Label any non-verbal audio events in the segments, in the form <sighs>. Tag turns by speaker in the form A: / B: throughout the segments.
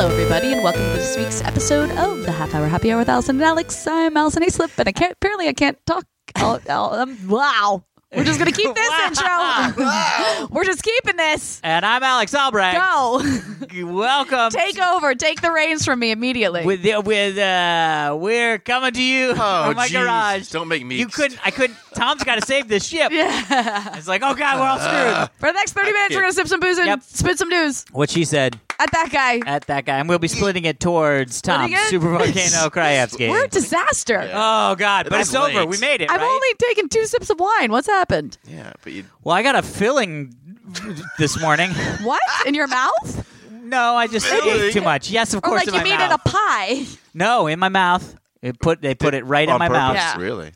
A: everybody, and welcome to this week's episode of the Half Hour Happy Hour with Allison and Alex. I'm Allison Aislip, and I can't, apparently I can't talk. I'll, I'll- um, wow. We're just going to keep
B: <laughs>
A: this intro. We're just keeping this.
B: And I'm Alex Albrecht. <laughs>
A: Go.
B: Welcome.
A: Take over. Take the reins from me immediately. <laughs>
B: with the, with uh, we're coming to you <laughs> from my
C: Oh, jeez.
B: garage.
C: Don't make me.
B: you couldn't. I couldn't. Tom's got to save this ship.
A: yeah.
B: It's like, oh god, we're all
C: Uh.
B: screwed.
A: For the next 30 minutes, we're going to sip some booze and
B: Yep.
A: spit some news
B: What she said
A: at that guy.
B: at that guy, and we'll be splitting it towards Tom
A: Splitting it?
B: Super
C: <laughs>
B: Volcano Krajewski.
A: We're a disaster.
C: Yeah.
B: Oh god, but
C: That's
B: it's over.
C: late.
B: We made it.
A: I've
B: right?
A: only taken two sips of wine. What's happened?
C: Yeah, but you,
B: Well, I got a filling this
C: <laughs>
B: morning.
A: What? In your mouth?
B: no, I just ate
C: Filling?
B: too much. Yes, of
A: Or
B: course.
A: Oh, like
B: in
A: you
B: my
A: mean in
B: mouth.
A: a pie?
B: No, in my mouth. It put they put it right in
C: on
B: my
C: purpose,
B: mouth.
A: Yeah.
C: Really?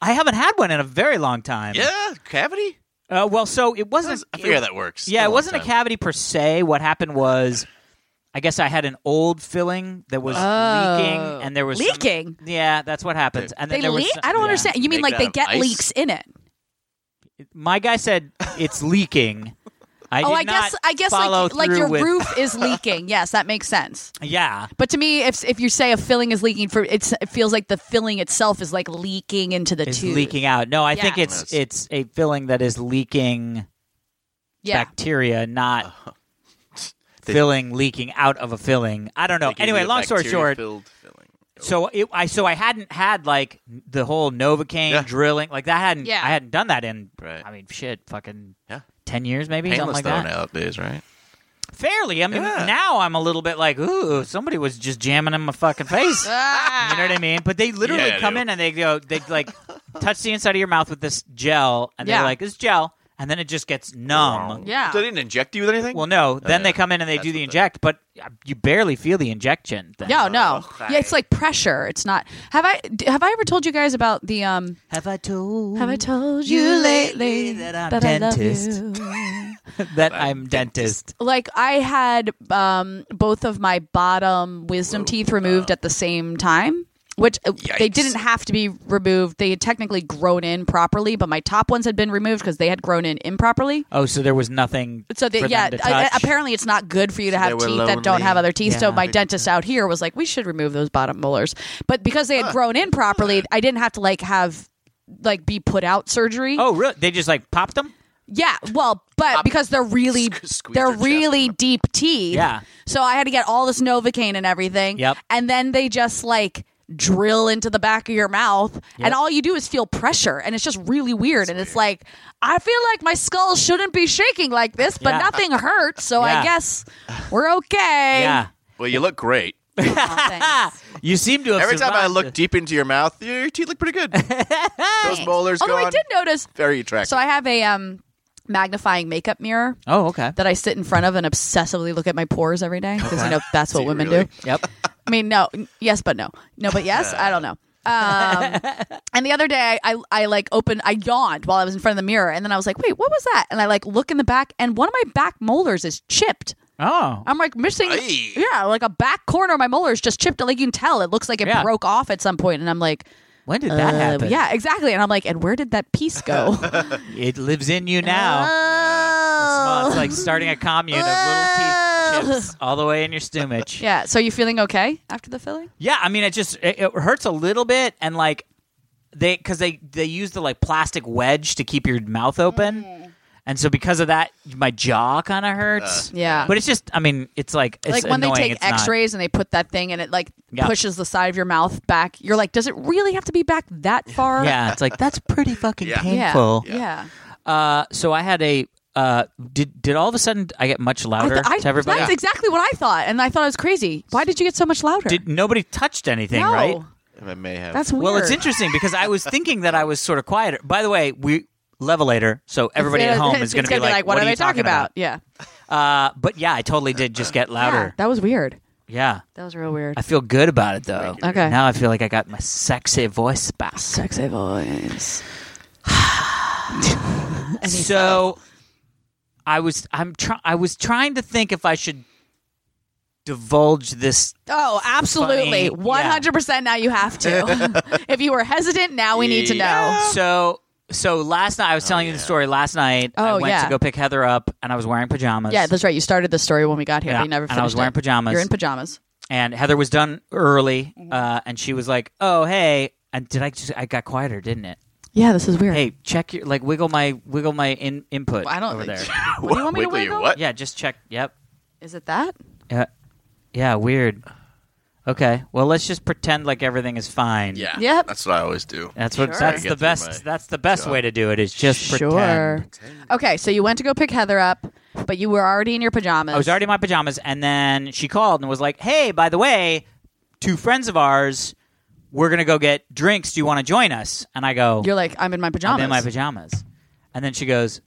B: I haven't had one in a very long time.
C: Yeah, cavity.
B: Uh, well, so it wasn't.
C: I figure
B: it-
C: that works.
B: Yeah,
C: Been
B: it
C: a long
B: wasn't a
C: time.
B: cavity per se. What happened was, I guess I had an old filling that was leaking,
A: Oh.
B: and there was some-
A: leaking.
B: yeah, that's what happens. And then
A: They
B: there was
A: leak?
B: some-
A: I don't
B: yeah.
A: understand. You mean
C: Make
A: like they
C: them
A: get
C: ice?
A: leaks in it?
B: My guy said it's leaking. I
A: oh,
B: did
A: I
B: not
A: guess I guess
B: follow
A: like like
B: through
A: your <laughs>
B: with-
A: roof is leaking. Yes, that makes sense.
B: Yeah,
A: But to me, if if you say a filling is leaking, for it's, it feels like the filling itself is like leaking into the
B: is
A: tube.
B: leaking out. No, I
A: Yeah.
B: think it's it's a filling that is leaking
A: Yeah.
B: bacteria, not
A: <laughs>
C: They-
B: filling leaking out of a filling. I don't know.
C: They give
B: Anyway,
C: you a
B: long story short,
C: bacteria-filled filling.
B: So it, I so I hadn't had like the whole Novocaine
C: Yeah.
B: drilling like that hadn't
A: Yeah.
B: I hadn't done that in
C: Right.
B: I mean shit fucking
C: Yeah.
B: ten years maybe
C: Painless
B: something like
C: though
B: that
C: nowadays, right?
B: fairly I mean
C: Yeah.
B: now I'm a little bit like ooh somebody was just jamming in my
A: <laughs>
B: fucking face you
A: Ah!
B: know what I mean but they literally
C: Yeah,
B: come
C: dude.
B: in and they go they like touch the inside of your mouth with this gel and
A: Yeah.
B: they're like this gel and then it just gets numb
A: Yeah.
C: They didn't inject you with anything.
B: well no then
C: Oh, yeah.
B: they come in and they
C: That's
B: do
C: what
B: the
C: they-
B: inject but uh, you barely feel the injection thing.
A: No, no.
C: Okay.
A: Yeah, it's like pressure. It's not. Have I d- have I ever told you guys about the um?
B: have I told
A: Have I told
B: you
A: you
B: lately
A: lately
B: that I'm
A: that I love
B: dentist?
A: you?
B: <laughs> that I'm dentist
A: like I had um, both of my bottom wisdom teeth removed at the same time, which uh, they
C: Yikes.
A: didn't have to be removed. They had technically grown in properly, but my top ones had been removed because they had grown in improperly.
B: Oh, so there was nothing.
A: So
B: for
A: that
B: them
A: yeah,
B: to
A: I- I-
B: touch?
A: apparently it's not good for you to
C: So
A: have
C: they
A: teeth
C: were
A: that don't
C: lonely.
A: have other teeth. So
B: Yeah.
A: my dentist out here was like, "We should remove those bottom molars," but because they had grown in properly, I didn't have to like have like be put out surgery.
B: Oh, really? They just like popped them.
A: Yeah, well, but because they're really
C: sque- squeeze
A: they're
C: their chest
A: really
C: in them.
A: deep teeth.
B: Yeah.
A: So I had to get all this Novocaine and everything.
B: Yep.
A: And then they just like drill into the back of your mouth and all you do is feel pressure and it's just really weird and it's like I feel like my skull shouldn't be shaking like this but
B: Yeah.
A: nothing hurts so
B: Yeah.
A: I guess we're okay. <laughs>
B: Yeah.
C: Well, you look great.
A: Oh, thanks.
B: You seem to have.
C: Every time I
B: survived
C: look
B: it.
C: deep into your mouth, your teeth look
B: <laughs>
C: pretty good. Those molars
A: Although
C: gone.
A: I did notice
C: Very attractive.
A: so I have a um magnifying makeup mirror
B: Oh, okay.
A: that I sit in front of and obsessively look at my pores every day because
C: <laughs>
A: you know that's what
C: you
A: women
C: really?
A: do.
B: Yep.
A: I mean, no, n- yes, but no, no, but yes. I don't know.
C: <laughs>
A: Um, and the other day, I, I I like opened, I yawned while I was in front of the mirror, and then I was like, wait, what was that? And I like look in the back, and one of my back molars is chipped.
B: Oh.
A: I'm like missing,
C: Aye.
A: yeah, like a back corner of my molar is just chipped. Like you can tell, it looks like it
B: Yeah.
A: broke off at some point, and I'm like.
B: When did that
A: uh,
B: happen?
A: yeah, exactly. And I'm like, and where did that piece
B: <laughs>
A: go?
B: It lives in you now.
A: Oh. Oh.
B: Well, it's like starting a commune of little teeth chips all the way in your stomach.
A: yeah. So you feeling okay after the filling?
B: Yeah, I mean, it just it, it hurts a little bit, and like they because they they use the like plastic wedge to keep your mouth open,
A: Mm.
B: and so because of that, my jaw kind of hurts.
A: Yeah.
B: but it's just I mean, it's like it's
A: like when
B: annoying,
A: they take
B: it's not-
A: x-rays and they put that thing and it like
B: Yeah.
A: pushes the side of your mouth back you're like does it really have to be back that far
B: Yeah, it's like that's pretty fucking
C: Yeah.
A: yeah
B: painful.
A: yeah,
B: Uh, so I had a uh, did did all of a sudden I get much
A: I
B: louder
A: th- I-
B: to everybody?
A: that's exactly what i thought and i thought it was crazy why did you get so much louder
B: Did nobody touched anything?
A: no
B: Right?
C: I may have.
A: that's weird
B: Well, it's interesting because I was thinking that I was sort of quieter. By the way, we levelator, so everybody at
A: It's- <laughs>
B: home
A: it's-
B: is going
A: it's
B: to be like,
A: what, are
B: you
A: they talking about, yeah
B: about?" Uh, but yeah, I totally did just get
A: yeah
B: louder.
A: that was weird
B: Yeah,
A: that was real weird
B: I feel good about it though.
A: Okay.
B: Now I feel like I got my sexy
A: <laughs>
B: voice back.
A: sexy voice
B: so I was I'm try- I was trying to think if I should divulge this
A: oh absolutely
B: Funny, yeah.
A: 100% now you have to <laughs> if you were hesitant now we need to know
B: So so last night I was telling you the story last night. I
A: Oh,
B: went
A: yeah.
B: to go pick Heather up and I was wearing pajamas.
A: yeah that's right you started the story when we got here
B: Yeah,
A: but you never
B: and I
A: finished
B: was wearing
A: it.
B: pajamas.
A: you're in pajamas
B: and Heather was done early, uh, and she was like, "Oh hey," and did I just I got quieter, didn't it?
A: Yeah, this is weird.
B: Hey, check your like wiggle my wiggle my in input.
A: I don't
B: over
A: think
B: there.
A: What do you want me to
C: Wiggly,
A: wiggle?
C: what?
B: yeah, just check. Yep.
A: Is it that?
B: Yeah. Yeah. Weird. Okay. Well, let's just pretend like everything is fine.
C: Yeah.
A: Yep.
C: That's what I always do.
B: That's what.
A: Sure.
B: That's
C: Get
B: the
C: through
B: best.
C: my
B: that's the best
C: job.
B: way to do it. Is just
A: sure.
B: pretend.
A: Okay, so you went to go pick Heather up, but you were already in your pajamas.
B: I was already in my pajamas, and then she called and was like, "Hey, by the way, two friends of ours, we're gonna go get drinks. Do you want to join us?" And I go,
A: You're like, I'm in my pajamas.
B: "I'm in my pajamas," and then she goes,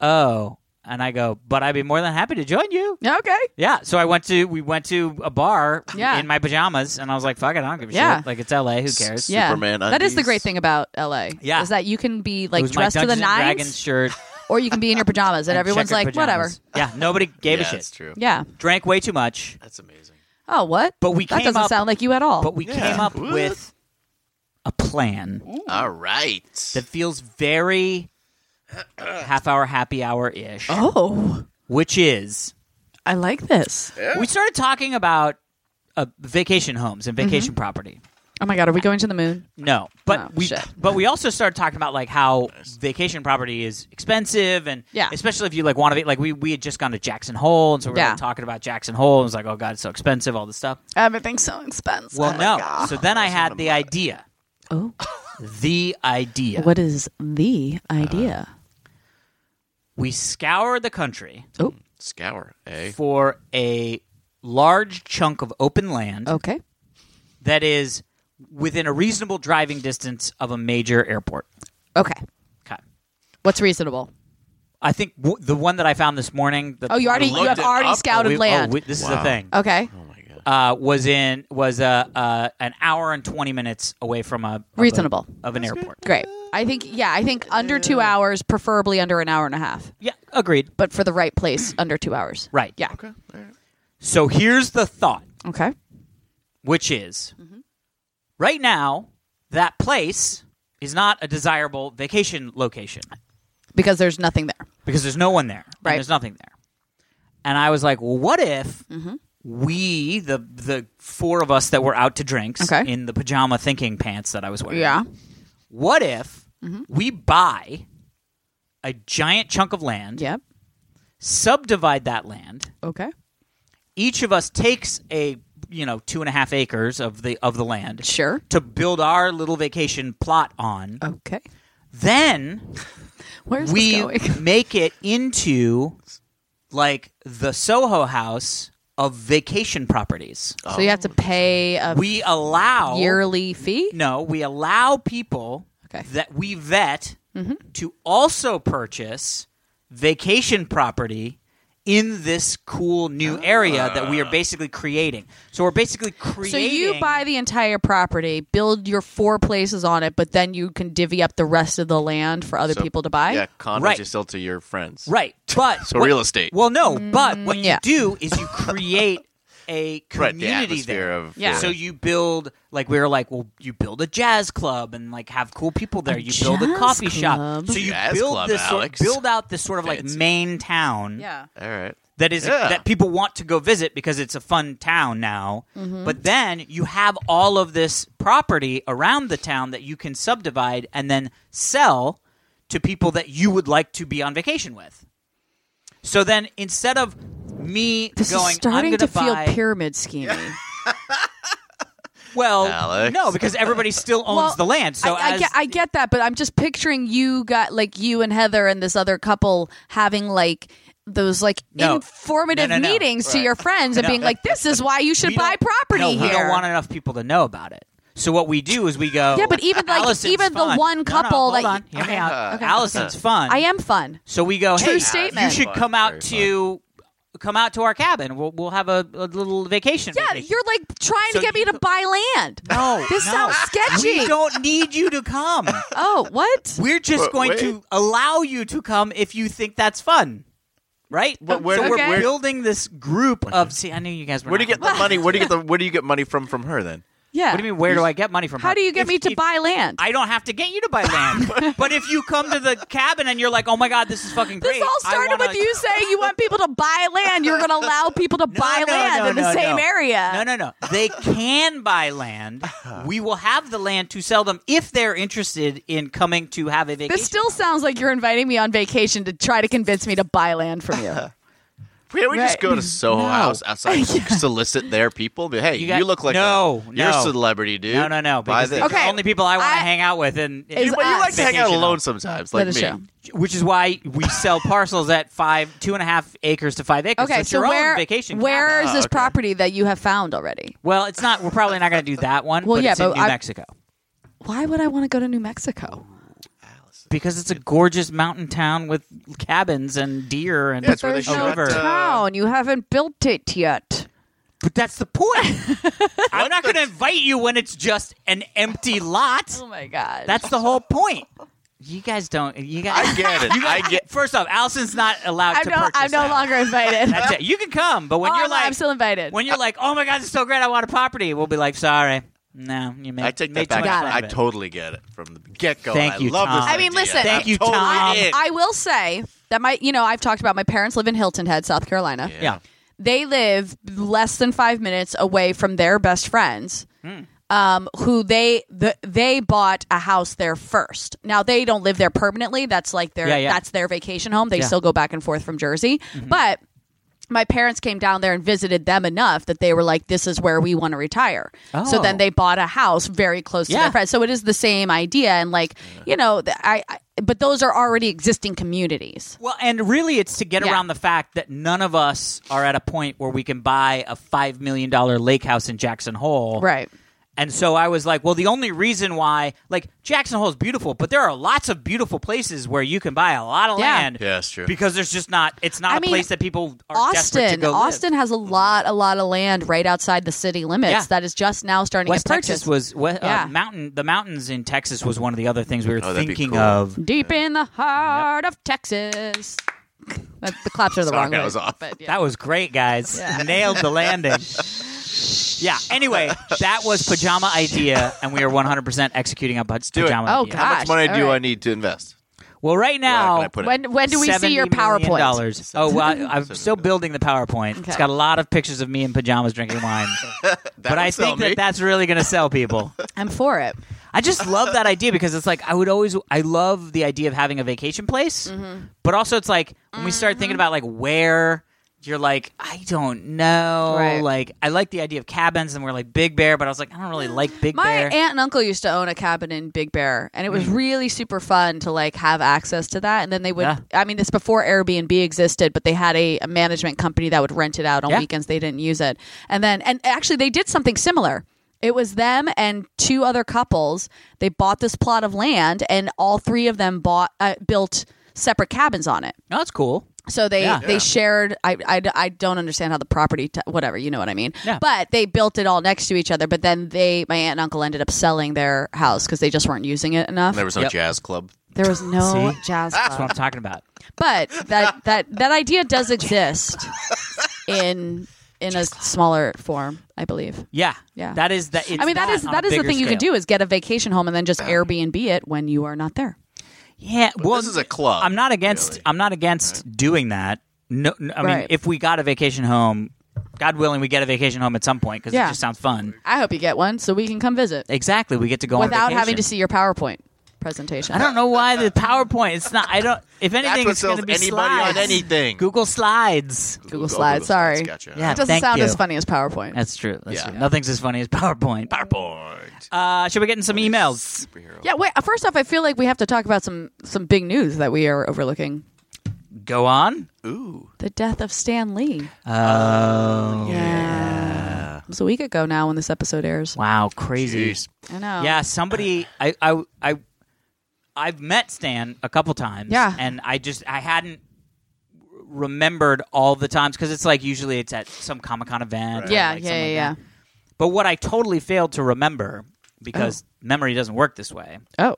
B: "Oh," and I go, "But I'd be more than happy to join you."
A: Yeah, okay.
B: Yeah, so I went to we went to a bar
A: Yeah.
B: in my pajamas, and I was like, "Fuck it, I don't give a
A: Yeah.
B: shit." Like it's L.A. Who cares?
A: Yeah.
C: Superman
A: That is the
C: undies.
A: great thing about LA.
B: Yeah.
A: Is that you can be
B: It
A: like
B: was my
A: dressed to the
B: Dungeons and
A: nines
B: Dragons shirt,
A: <laughs> or you can be in your pajamas and,
B: and
A: everyone's like,
B: checkered
A: whatever.
B: pajamas. Yeah, nobody gave
C: yeah,
B: a
C: That's
B: shit.
C: true.
A: Yeah.
B: Drank way too much,
C: That's amazing.
A: Oh, what?
B: But we
A: that
B: came
A: doesn't
B: up-
A: sound like you at all.
B: but we
C: Yeah.
B: came up
C: What?
B: with a plan.
C: All right.
B: that feels very half hour happy hour ish,
A: oh,
B: which is
A: I like this.
B: we started talking about uh, vacation homes and vacation property.
A: Oh my god, are we going to the moon?
B: No, but
A: Oh,
B: we
A: shit.
B: but we also started talking about like how vacation property is expensive and
A: Yeah.
B: especially if you like want to be like we we had just gone to Jackson Hole and so we were
A: Yeah. Oh,
B: like, talking about Jackson Hole and it was like oh god it's so expensive all this stuff.
A: Everything's so expensive.
B: Well, no. So then I had the
C: mind.
B: idea.
A: Oh,
B: The idea.
A: what is the idea?
B: We scoured the country
A: oh,
C: Scour, eh?
B: for a large chunk of open land
A: okay.
B: that is within a reasonable driving distance of a major airport.
A: Okay.
B: Okay.
A: What's reasonable?
B: I think w- the one that I found this morning. The,
A: Oh, you already you
C: looked
A: have
C: it
A: already
C: up.
B: Oh,
A: scouted
B: we- oh,
A: land.
B: we- this is the
C: Wow.
B: thing.
A: okay.
C: Oh my god.
B: Uh, was in was uh, uh, an hour and twenty minutes away from a of a-
A: Reasonable.
B: of an airport.
A: Great. I think yeah, I think under 2 hours, preferably under an hour and a half,
B: Yeah, agreed.
A: but for the right <clears throat> place under 2 hours.
B: Right.
A: Yeah.
C: Okay. All right.
B: So here's the thought,
A: Okay.
B: which is,
A: Mm-hmm.
B: right now that place is not a desirable vacation location.
A: Because there's nothing there.
B: because there's no one there. and
A: Right.
B: there's nothing there. And I was like, well, what if
A: Mm-hmm.
B: we, the the four of us that were out to drinks
A: Okay.
B: in the pajama thinking pants that I was wearing,
A: Yeah.
B: what if
A: Mm-hmm.
B: we buy a giant chunk of land,
A: Yep.
B: subdivide that land,
A: Okay.
B: each of us takes a you know two and a half acres of the of the land
A: Sure.
B: to build our little vacation plot on,
A: Okay.
B: then
A: Where's
B: we
A: this
B: <laughs>
A: going? <laughs>
B: make it into like the Soho House of vacation properties.
A: So you have to pay a
B: Oh, We allow
A: yearly fee?
B: no, we allow people
A: Okay. Mm-hmm.
B: that we vet to also purchase vacation property in this cool new area that
C: Ah.
B: we are basically creating. So we're basically creating
A: So you buy the entire property, build your four places on it, but then you can divvy up the rest of the land for other
C: So,
A: people to buy?
C: Yeah, condos
B: Right.
C: you sell to your friends.
B: Right. But
C: So real estate.
B: Well, no, but what
A: Mm, yeah.
B: you do is you create a
C: <laughs> Right,
B: community
C: the atmosphere
B: there.
C: of
A: Yeah.
C: the-
B: So you build like we were like, well, you build a jazz club and like have cool people there. you build a
A: jazz
B: coffee
A: club?
B: shop. So you
C: Jazz
B: build
C: club,
B: this sort-
C: Alex.
B: build out this sort of like
C: Fancy.
B: main town
A: Yeah.
C: all right.
B: that is
C: Yeah.
B: that people want to go visit because it's a fun town now.
A: Mm-hmm.
B: But then you have all of this property around the town that you can subdivide and then sell to people that you would like to be on vacation with. So then instead of me
A: This
B: going
A: is
B: I'm
A: starting to
B: gonna
A: feel
B: buy,
A: pyramid schemey.
B: well
C: Alex.
B: no because everybody still
A: <laughs>
B: owns
A: Well,
B: the land. So
A: I, I,
B: as
A: get, I get that, but I'm just picturing you got like you and Heather and this other couple having like those like
B: No.
A: informative
B: No, no, no.
A: meetings to
C: Right.
A: your friends and
B: No.
A: being like, "This is why you should
B: we
A: buy
B: don't-
A: property here."
B: no, we don't want enough people to know about it. So what we do is we go
A: Yeah, but even, like,
B: Allison's
A: even the
B: fun.
A: one
B: No, no,
A: couple
B: hold
A: that-
B: on, hear me
A: Okay.
B: out.
A: Okay.
B: Allison's fun.
A: I am fun.
B: So we go.
A: True
B: hey,
A: statement.
B: You should
C: Fun,
B: come out
C: very
B: to come out to our cabin. We'll we'll have a, a little vacation.
A: Yeah,
B: vacation.
A: you're like trying
B: So
A: to get me
B: you
A: to buy
B: <laughs>
A: land.
B: No,
A: <laughs> This
B: no.
A: sounds sketchy.
B: We don't need you to come.
A: Oh, what?
B: We're just
C: But
B: going
C: wait.
B: to allow you to come if you think that's fun. Right?
C: But where-
B: so we're
A: Okay. where-
B: building this group of. See, I knew you guys were.
C: Where do you
B: not
C: get the money? Where do you get the? Where do you get money from from her then?
A: Yeah.
B: What do you mean? Where do I get money from?
A: How
B: her?
A: do you get
B: If-
A: me to
B: if-
A: buy land?
B: I don't have to get you to
A: <laughs>
B: buy land. but if you come to the cabin and you're like, "Oh my god, this is fucking
A: this
B: great,"
A: all
B: I
A: started
B: wanna-
A: with you saying you want people to buy land. You're going to allow people to
B: <laughs> No,
A: buy
B: no,
A: land
B: no,
A: in the
B: no,
A: same
B: no.
A: area.
B: No, no, no. They can buy land.
C: Uh-huh.
B: We will have the land to sell them if they're interested in coming to have a vacation.
A: This still sounds like you're inviting me on vacation to try to convince me to buy land from
B: <laughs>
A: you.
C: Why don't we just
A: Right.
C: go to Soho
B: No.
C: House
B: <laughs>
C: outside, solicit their people? Be, Hey,
B: You
C: you,
B: got-
C: look like
B: No,
C: a, you're a
B: no.
C: celebrity, dude.
B: no, no, no.
C: Buy
B: Because
C: this.
B: they're
A: Okay.
B: the only people I want
A: I-
B: to hang out with, and
A: Is-
C: You, but you like to hang out
B: Vacation
C: alone
B: home.
C: sometimes,
A: That
C: like
A: is
C: me.
A: true.
B: which is why we sell parcels at five, two and a half acres to five acres.
A: Okay,
B: it's
A: so
B: your
A: where
B: own vacation. Oh,
A: where
B: cabin.
A: is this
C: okay.
A: property that you have found already?
B: Well, it's not. We're probably not going to do that one.
A: Well,
B: but
A: yeah,
B: it's
A: but
B: in New
A: I-
B: Mexico
A: Why would I want to go to New Mexico?
B: because it's a gorgeous mountain town with cabins and deer and.
C: Yeah, it's where they
A: There's
B: Oh,
C: shot.
A: no
B: river.
C: Uh,
A: town. You haven't built it yet.
B: but that's the point.
A: <laughs>
B: I'm not going to invite you when it's just an empty lot.
A: Oh my god.
B: That's the whole point. You guys don't. <laughs> You guys.
C: I get it. I get.
B: First off, Alison's not allowed
A: I'm
B: to
A: no
B: purchase.
A: I'm no
B: that. <laughs>
A: longer invited.
B: That's it. You can come, but when
A: Oh,
B: you're
A: I'm,
B: like,
A: I'm still invited.
B: when you're like, oh my god, this is so great, I want a property. We'll be like, sorry, no, you made.
C: I take
B: made
C: that
B: too much
C: back.
A: Got
B: fun
A: it.
B: of
C: I
B: it.
C: totally get it from the get go.
B: Thank
C: I
B: you,
C: love
B: Tom.
C: this.
B: I
A: mean,
C: idea.
A: listen,
C: I'm
A: Thank
B: you,
C: totally
B: Tom.
C: in.
A: Um, I will say that my you know I've talked about my parents live in Hilton Head, South Carolina.
B: yeah.
A: They live less than five minutes away from their best friends, um, who they the, they bought a house there first. Now they don't live there permanently. That's like their
B: Yeah, yeah.
A: that's their vacation home. They
B: Yeah. Mm-hmm.
A: still go back and forth from Jersey, but my parents came down there and visited them enough that they were like, "This is where we want to retire." So
B: Oh.
A: then they bought a house very close to
B: Yeah.
A: their friends. So it is the same idea, and like you know, th- I, I but those are already existing communities.
B: Well, and really, it's to get
A: Yeah.
B: around the fact that none of us are at a point where we can buy a five million dollar lake house in Jackson Hole,
A: Right.
B: And so I was like, well, the only reason why, like, Jackson Hole is beautiful, but there are lots of beautiful places where you can buy a lot of
A: Yeah.
B: land.
C: Yeah, that's true.
B: Because there's just not, it's not
A: I
B: a
A: mean,
B: place that people are desperate to
A: Austin,
B: go live. Mm-hmm.
A: Austin has a lot, a lot of land right outside the city limits
B: Yeah.
A: that is just now starting
B: West
A: to purchase.
B: Texas was we-
A: Yeah.
B: uh, mountain. The mountains in Texas was one of the other things we were
C: Oh, that'd be
B: thinking
C: cool.
B: of.
A: Deep in the heart of Texas. That, the claps are the
C: Sorry,
A: wrong
C: I
A: way,
C: was off.
A: but yeah.
B: That was great, guys. Nailed
A: <laughs>
B: the landing. Yeah. Anyway, that was pajama idea, and we are 100% executing on paj-
C: it.
B: pajama.
A: Oh,
B: idea.
A: God.
C: How much money
A: Gosh,
C: do
A: all right.
C: I need to invest?
B: Well, right now,
C: Where can I put it?
A: When when do we see your
B: $70 million
A: PowerPoint?
B: Dollars. Oh, well, I, I'm still building the PowerPoint.
A: Okay.
B: It's got a lot of pictures of me in pajamas drinking wine, but I
C: would sell
B: think
C: me.
B: that that's really going to sell people.
A: I'm for it.
B: I just love that idea because it's like I would always I love the idea of having a vacation place,
A: Mm-hmm.
B: but also it's like when we start thinking about like where you're like I don't know,
A: Right.
B: like I like the idea of cabins and we're like Big Bear, but I was like I don't really like Big
A: My
B: Bear. Mm-hmm.
A: aunt and uncle used to own a cabin in Big Bear, and it was really super fun to like have access to that. And then they would,
B: Yeah.
A: I mean, this before Airbnb existed, but they had a, a management company that would rent it out on
B: Yeah.
A: weekends. They didn't use it, and then and actually they did something similar. It was them and two other couples. They bought this plot of land, and all three of them bought uh, built separate cabins on it.
B: no, it's cool.
A: So they
B: Yeah.
A: they shared. I, I, I don't understand how the property, t- whatever you know what I mean.
B: Yeah.
A: But they built it all next to each other. But then they, my aunt and uncle, ended up selling their house because they just weren't using it enough.
C: There was no
B: Yep.
C: jazz club.
A: There was no
B: See?
A: jazz
B: That's what
A: club.
B: I'm talking about.
A: But that that that idea does exist in in a smaller form, I believe.
B: Yeah,
A: Yeah.
B: That is that.
A: I mean that is that is the thing you can do is get a vacation home and then just Airbnb it when you are not there.
B: Yeah, well,
C: this is a club,
B: I'm not against.
C: really.
B: I'm not against doing that. No, n- I
A: Right.
B: mean, if we got a vacation home, God willing, we get a vacation home at some point because
A: Yeah.
B: it just sounds fun.
A: I hope you get one so we can come visit
B: Exactly, we get to go on
A: without having
B: vacation.
A: to see your PowerPoint presentation.
B: I don't know why the PowerPoint. It's not. I don't. If
C: That's
B: anything,
C: what
B: it's going
C: sells
B: to be
C: anybody
B: slides.
C: on anything.
B: Google Slides.
A: Google Slides, sorry.
C: Gotcha.
B: Yeah.
A: It doesn't
B: Thank
A: sound
B: you.
A: as funny as PowerPoint.
B: That's true. That's
C: Yeah.
B: true. Nothing's as funny as PowerPoint.
C: PowerPoint.
B: Uh, should we get in some emails?
C: Superhero.
A: Yeah, wait. uh, First off, I feel like we have to talk about some some big news that we are overlooking:
B: Go on.
C: Ooh.
A: the death of Stan Lee.
B: Oh.
A: yeah, it was a week ago now when this episode airs.
B: Wow. Crazy.
C: Jeez.
A: I know.
B: Yeah. Somebody. I. I. I. I've met Stan a couple times.
A: Yeah.
B: And I just I hadn't remembered all the times because it's like usually it's at some Comic Con event. or,
A: yeah,
B: like,
A: yeah,
B: something
A: yeah,
B: like
A: yeah.
B: that. But what I totally failed to remember because memory doesn't work this way
A: Oh,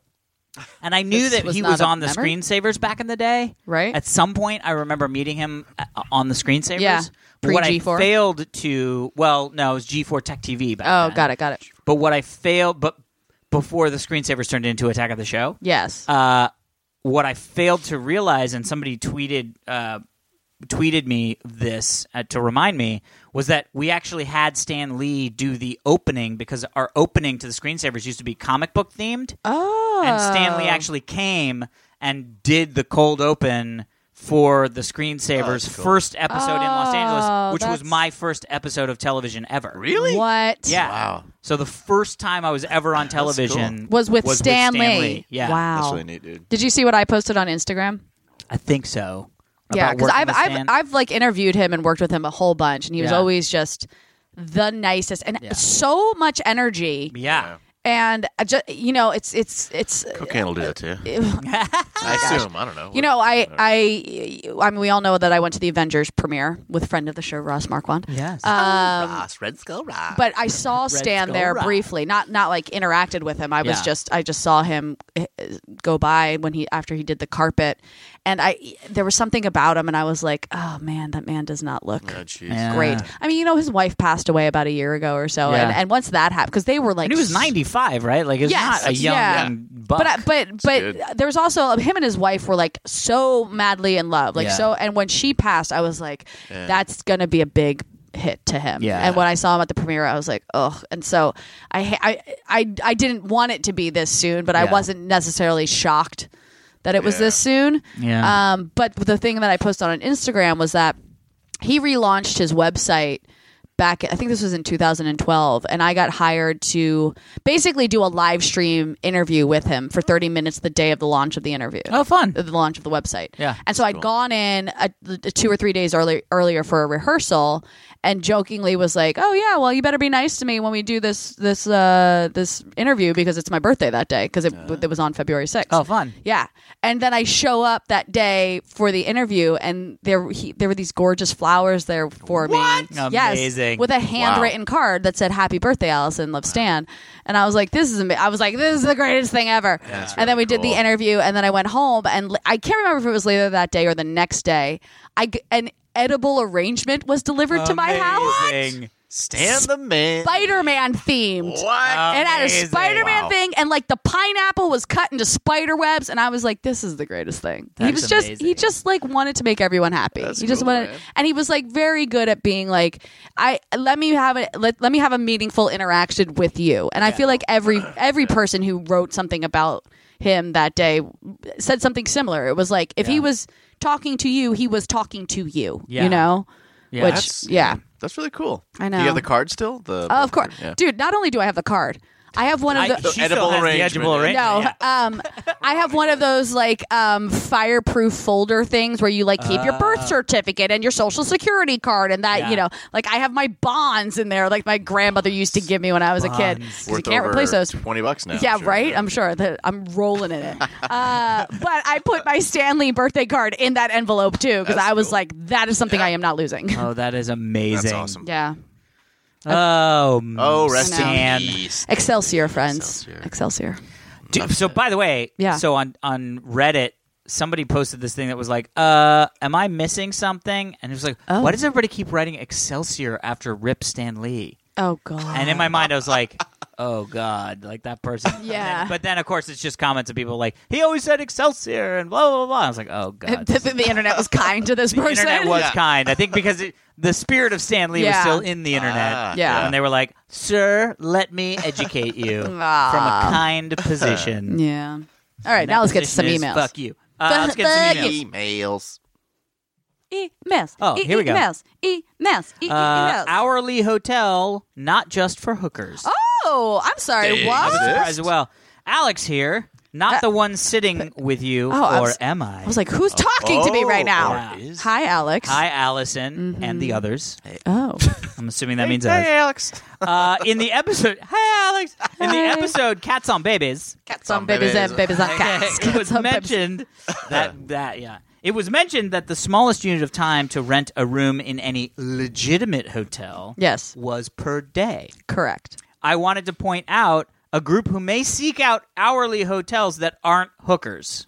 B: And I knew
A: This
B: that
A: was
B: he
A: not
B: was
A: a
B: on the
A: memory?
B: screensavers back in the day.
A: Right.
B: At some point, I remember meeting him uh, on the screensavers.
A: Yeah.
B: But what I
A: Pre-G4.
B: failed to, well, no, it was G4 Tech TV back
A: Oh,
B: then.
A: got it, got it.
B: But what I failed, but before the screensavers turned into Attack of the Show,
A: Yes.
B: uh, what I failed to realize, and somebody tweeted uh, tweeted me this uh, to remind me, was that we actually had Stan Lee do the opening because our opening to the screensavers used to be comic book themed,
A: oh.
B: and Stan Lee actually came and did the cold open. For the screensavers'
C: cool.
B: first episode in Los
A: Oh,
B: Angeles, which was
A: that's-
B: my first episode of television ever.
C: Really?
A: What?
B: Yeah.
C: Wow.
B: So the first time I was ever on television
A: Was with Stan Lee.
B: Yeah.
A: Wow.
C: That's really neat, dude.
A: Did you see what I posted on Instagram?
B: I think so.
A: yeah,
B: About
A: because
B: working
A: I've
B: with
A: I've
B: Stan.
A: I've like interviewed him and worked with him a whole bunch, and he was
B: Yeah.
A: always just the nicest and
B: Yeah.
A: so much energy.
B: yeah.
A: And I just you know, it's it's it's <sighs>
C: Cocaine will do that to you. I assume. I don't know.
A: you know I I I mean we all know that I went to the Avengers premiere with friend of the show Ross Marquand.
B: Yes.
A: Uh,
C: Ross, Red Skull Ross.
A: But
B: <laughs>
A: I saw Stan
B: Skull
A: there
B: Rock.
A: briefly, not not like interacted with him. I was
B: Yeah.
A: just I just saw him eh, go by when he after he did the carpet, and I there was something about him, and I was like, oh man, that man does not look
C: oh, jeez.
B: Yeah.
A: great. I mean, you know, his wife passed away about a year ago or so, and,
B: Yeah.
A: and once that happened, because they were like,
B: and he was 95, right? Like, it's
A: Yes,
B: not a young
A: yeah.
B: buck.
A: But I- but
C: good.
A: but there was also him and his wife were like so madly in love, like
B: Yeah.
A: so. And when she passed, I was like, that's gonna be a big hit to him.
B: Yeah.
A: And when I saw him at the premiere, I was like, ugh. And so I ha- I I, I didn't want it to be this soon, but I
B: Yeah.
A: wasn't necessarily shocked that it was this soon.
B: Yeah.
A: Um, but the thing that I posted on Instagram was that he relaunched his website back i think this was in 2012 and i got hired to basically do a live stream interview with him for 30 minutes the day of the launch of the interview
B: oh, fun.
A: the launch of the website
B: Yeah.
A: and so i'd gone in a, the- two or three days early, earlier for a rehearsal and jokingly was like oh yeah well you better be nice to me when we do this this uh this interview because it's my birthday that day because it, it was on february 6th
B: Oh, fun.
A: yeah, and then I show up that day for the interview, and there he, there were these gorgeous flowers there for me. Yes,
B: Amazing.
A: with a handwritten card that said "Happy Birthday, Allison. Love Stan." And I was like, "This is ama- I was like, this is the greatest thing ever." and then we did the
C: cool.
A: interview, and then I went home, and li- I can't remember if it was later that day or the next day. I g- an edible arrangement was delivered to my house,
B: Amazing.
C: Stan the man.
A: Spider Man themed.
C: What?
A: It had a
B: Amazing.
A: Spider-Man
C: Wow.
A: thing, and like the pineapple was cut into spider webs, and I was like, "This is the greatest thing." he
B: That's
A: was just he
B: amazing.
A: just like wanted to make everyone happy.
C: That's
A: he just
C: cool,
A: wanted,
C: man.
A: and he was like very good at being like, "I let me have a let, let me have a meaningful interaction with you." And I feel like every every person who wrote something about him that day said something similar. It was like if he
B: Yeah.
A: was talking to you, he was talking to you.
B: Yeah.
A: You know,
B: Yeah.
A: which
C: That's,
A: yeah.
C: That's really cool.
A: I
C: Do
A: know.
C: you have the card still? The
A: Oh, of course,
C: Yeah.
A: dude. Not only do I have the card, I have one of
B: I,
A: the.
B: she
C: edible
B: still has the
C: arrangement.
B: edible arrangement.
A: <laughs> No,
B: yeah.
A: um, I have one of those like um, fireproof folder things where you like keep your birth certificate and your social security card and that
B: Ah. Yeah.
A: you know, like I have my bonds in there, like my grandmother used to give me when I was a kid. 'cause you
C: Worth
A: can't
C: over
A: replace those.
C: Twenty bucks now.
A: Yeah,
C: sure.
A: right. I'm sure that I'm rolling in it. Uh, but I put my Stanley birthday card in that envelope too because
C: That's
A: I was
C: cool.
A: like, that is something I am not losing.
B: Oh, that is amazing.
C: That's awesome.
A: <laughs> yeah,
B: Oh,
C: Oh, rest in
B: Stan.
C: peace.
A: Excelsior, friends,
C: Excelsior.
A: Excelsior.
B: Dude, so by the way,
A: Yeah.
B: So on on Reddit, somebody posted this thing that was like, "Uh, am I missing something?" And it was like, "Why
A: Oh.
B: does everybody keep writing Excelsior after Rip Stan Lee?"
A: Oh God.
B: And in my mind, I was like, "Oh God, like that person." And then-
A: Yeah.
B: but then, of course, it's just comments of people like, "He always said Excelsior," and blah blah blah. I was like, "Oh God."
A: <laughs> the, the internet was kind to this
B: <laughs> The
A: person.
B: internet was
C: Yeah.
B: kind. I think because it, the spirit of Stan Lee was
A: Yeah.
B: still in the internet.
C: Ah,
A: Yeah.
B: And they were like, sir, let me educate you from a
A: <laughs> Ah.
B: kind position.
A: Yeah. All right, now let's get to some
B: Position is
A: emails.
B: Fuck you. Uh, let's get
A: Fuck
B: some
A: you.
B: emails.
C: Emails.
A: Emails.
B: Oh,
A: E-
B: here we go.
A: Emails. Emails. E- emails.
B: Uh, hourly hotel, not just for hookers.
A: oh, I'm sorry.
C: Dang.
A: What? Uh,
C: That's
B: As
C: it.
B: well, Alex here, not the one sitting with you,
A: Oh, I
B: or
A: was-
B: am I?
A: I was like, who's talking to me right now?
B: Yeah.
C: Oh, or is-
A: Hi, Alex.
B: Oh, Hi, Allison,
A: mm-hmm.
B: and the others. <laughs>
A: Oh,
B: I'm assuming that means us.
C: Hey, Alex.
B: Uh, in the episode, <laughs> hi Alex. In the
A: Hi.
B: episode, cats on babies.
A: cats on babies and babies
B: <laughs>
A: on <laughs> cats.
B: it was
A: Cats on babies. <laughs>
B: mentioned that that yeah. It was mentioned that the smallest unit of time to rent a room in any legitimate hotel
A: Yes,
B: was per day.
A: correct.
B: I wanted to point out a group who may seek out hourly hotels that aren't hookers.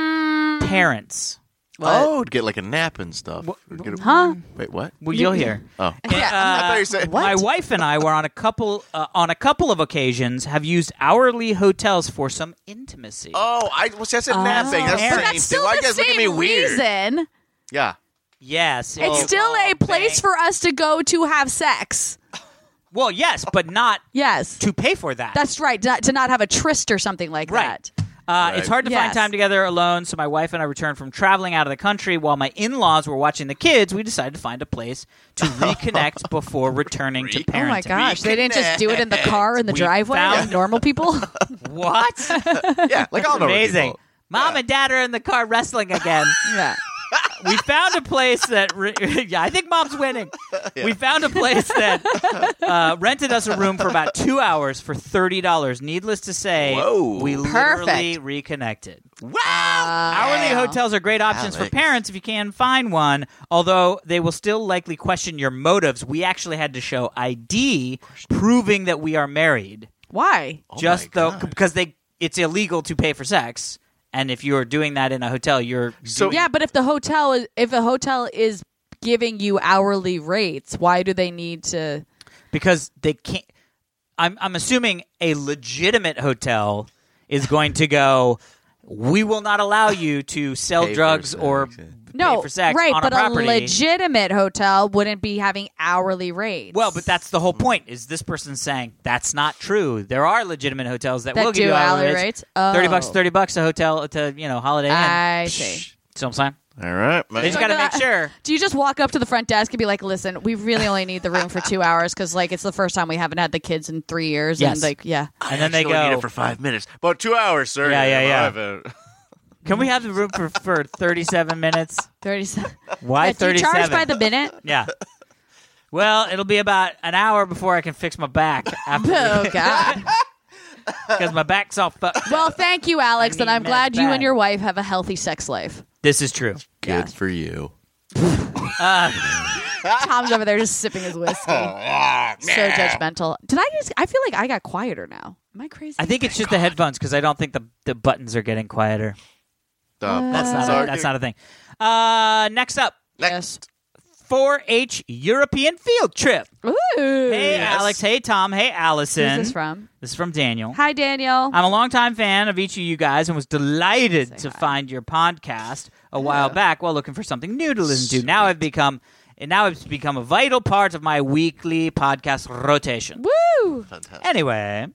A: Mm.
B: Parents.
C: Oh, to get like a nap and stuff. Or get a-
A: Huh?
C: Wait, what?
B: Well, you'll hear. Uh,
C: Oh,
A: Yeah, I'm
C: I
A: like,
C: thought you said
A: What?
B: My wife and I were on a couple uh, on a couple of occasions have used hourly hotels for some intimacy.
C: Oh, I well, see, I said nap thing. That's
B: But
A: but
C: the same
A: that's
C: thing.
A: still
C: Why you
A: the
C: guys look at me
A: same
C: weird?
A: reason. <laughs>
C: Yeah.
B: yes, it-
A: It's still
B: oh,
A: a place
B: thank-
A: for us to go to have sex.
B: Well, yes, but not
A: Yes,
B: to pay for that.
A: that's right. Not, to not have a tryst or something like
B: Right.
A: that.
B: Uh, It's hard to
A: Yes.
B: find time together alone, so my wife and I returned from traveling out of the country. While my in laws were watching the kids, we decided to find a place
C: <laughs>
B: to reconnect before returning to
A: Oh
B: parenting.
A: my gosh, they didn't just do it in the car in the driveway
B: found-
A: like normal people.
B: <laughs> What?
C: Yeah. <laughs> Like all normal
B: Amazing.
C: people.
B: Mom and dad are in the car wrestling again.
A: yeah.
B: we found a place that re- <laughs> yeah, I think mom's winning. We found a place
C: <laughs>
B: that uh, rented us a room for about two hours for thirty dollars. Needless to say,
C: Whoa.
B: we literally
A: Perfect.
B: reconnected.
A: Uh,
C: Wow.
B: Hourly hotels are great options for
C: Alex.
B: parents if you can find one, although they will still likely question your motives. We actually had to show ID proving that we are married.
A: Why?
C: Oh
B: just
C: my
B: though
C: God.
B: because they it's illegal to pay for sex. And if you're doing that in a hotel, you're
C: So
A: Yeah, but if the hotel is if a hotel is giving you hourly rates, why do they need to?
B: because they can't. I'm I'm assuming a legitimate hotel is going to go. We will not allow you to sell
C: Pay for
B: drugs
C: sex,
B: or
C: yeah.
A: No,
B: pay for sex
A: right?
B: on
A: but
B: a property.
A: legitimate hotel wouldn't be having hourly rates.
B: well, but that's
C: Mm.
B: the whole point. Is this person saying that's not true? There are legitimate hotels that,
A: That
B: will give
A: do
B: you hourly
A: hourly
B: rates.
A: rates? Oh.
B: Thirty bucks, thirty bucks a hotel to you know Holiday Inn.
A: I
B: Psh,
A: see.
B: See what I'm saying?
C: All right.
B: They
C: Man.
B: just got to
A: no,
B: make
A: I-
B: sure.
A: Do you just walk up to the front desk and be like, "Listen, we really only need the room for two hours because like it's the first time we haven't had the kids in three years."
B: Yes.
A: And like, yeah,
C: I
B: And then they
C: actually only need
B: go.
C: it for five minutes. About two hours, sir.
B: Yeah, yeah, yeah.
C: I've, uh,
B: Can
A: Mm-hmm.
B: we have the room for for 37 minutes?
A: thirty-seven.
B: Why
A: Yeah, do you
B: 37?
A: charge by the minute?
B: <laughs> Yeah. Well, it'll be about an hour before I can fix my back
A: <laughs> Oh God.
B: because my back's all fucked.
A: Well, thank you, Alex,
B: I
A: and I'm
B: need
A: glad
B: meds
A: you
B: bad.
A: and your wife have a healthy sex life.
B: This is true.
C: Good for you.
A: Tom's over there just sipping his whiskey.
C: Ah,
A: so judgmental. Did I just? I feel like I got quieter now. Am I crazy?
B: I think it's just the headphones because I don't think the, the buttons are getting quieter.
C: Stop.
B: That's not
C: Sorry.
B: a, that's not a thing. Uh, next up,
A: Yes.
B: 4-H European field trip.
A: Ooh.
B: Hey Alex, hey Tom, hey Allison.
A: Who's this from?
B: This is from Daniel.
A: Hi, Daniel.
B: I'm a longtime fan of each of you guys and was delighted to find your podcast a while back while looking for something new to listen to. Now I've become and now it's become a vital part of my weekly podcast rotation.
A: Woo!
B: Anyway,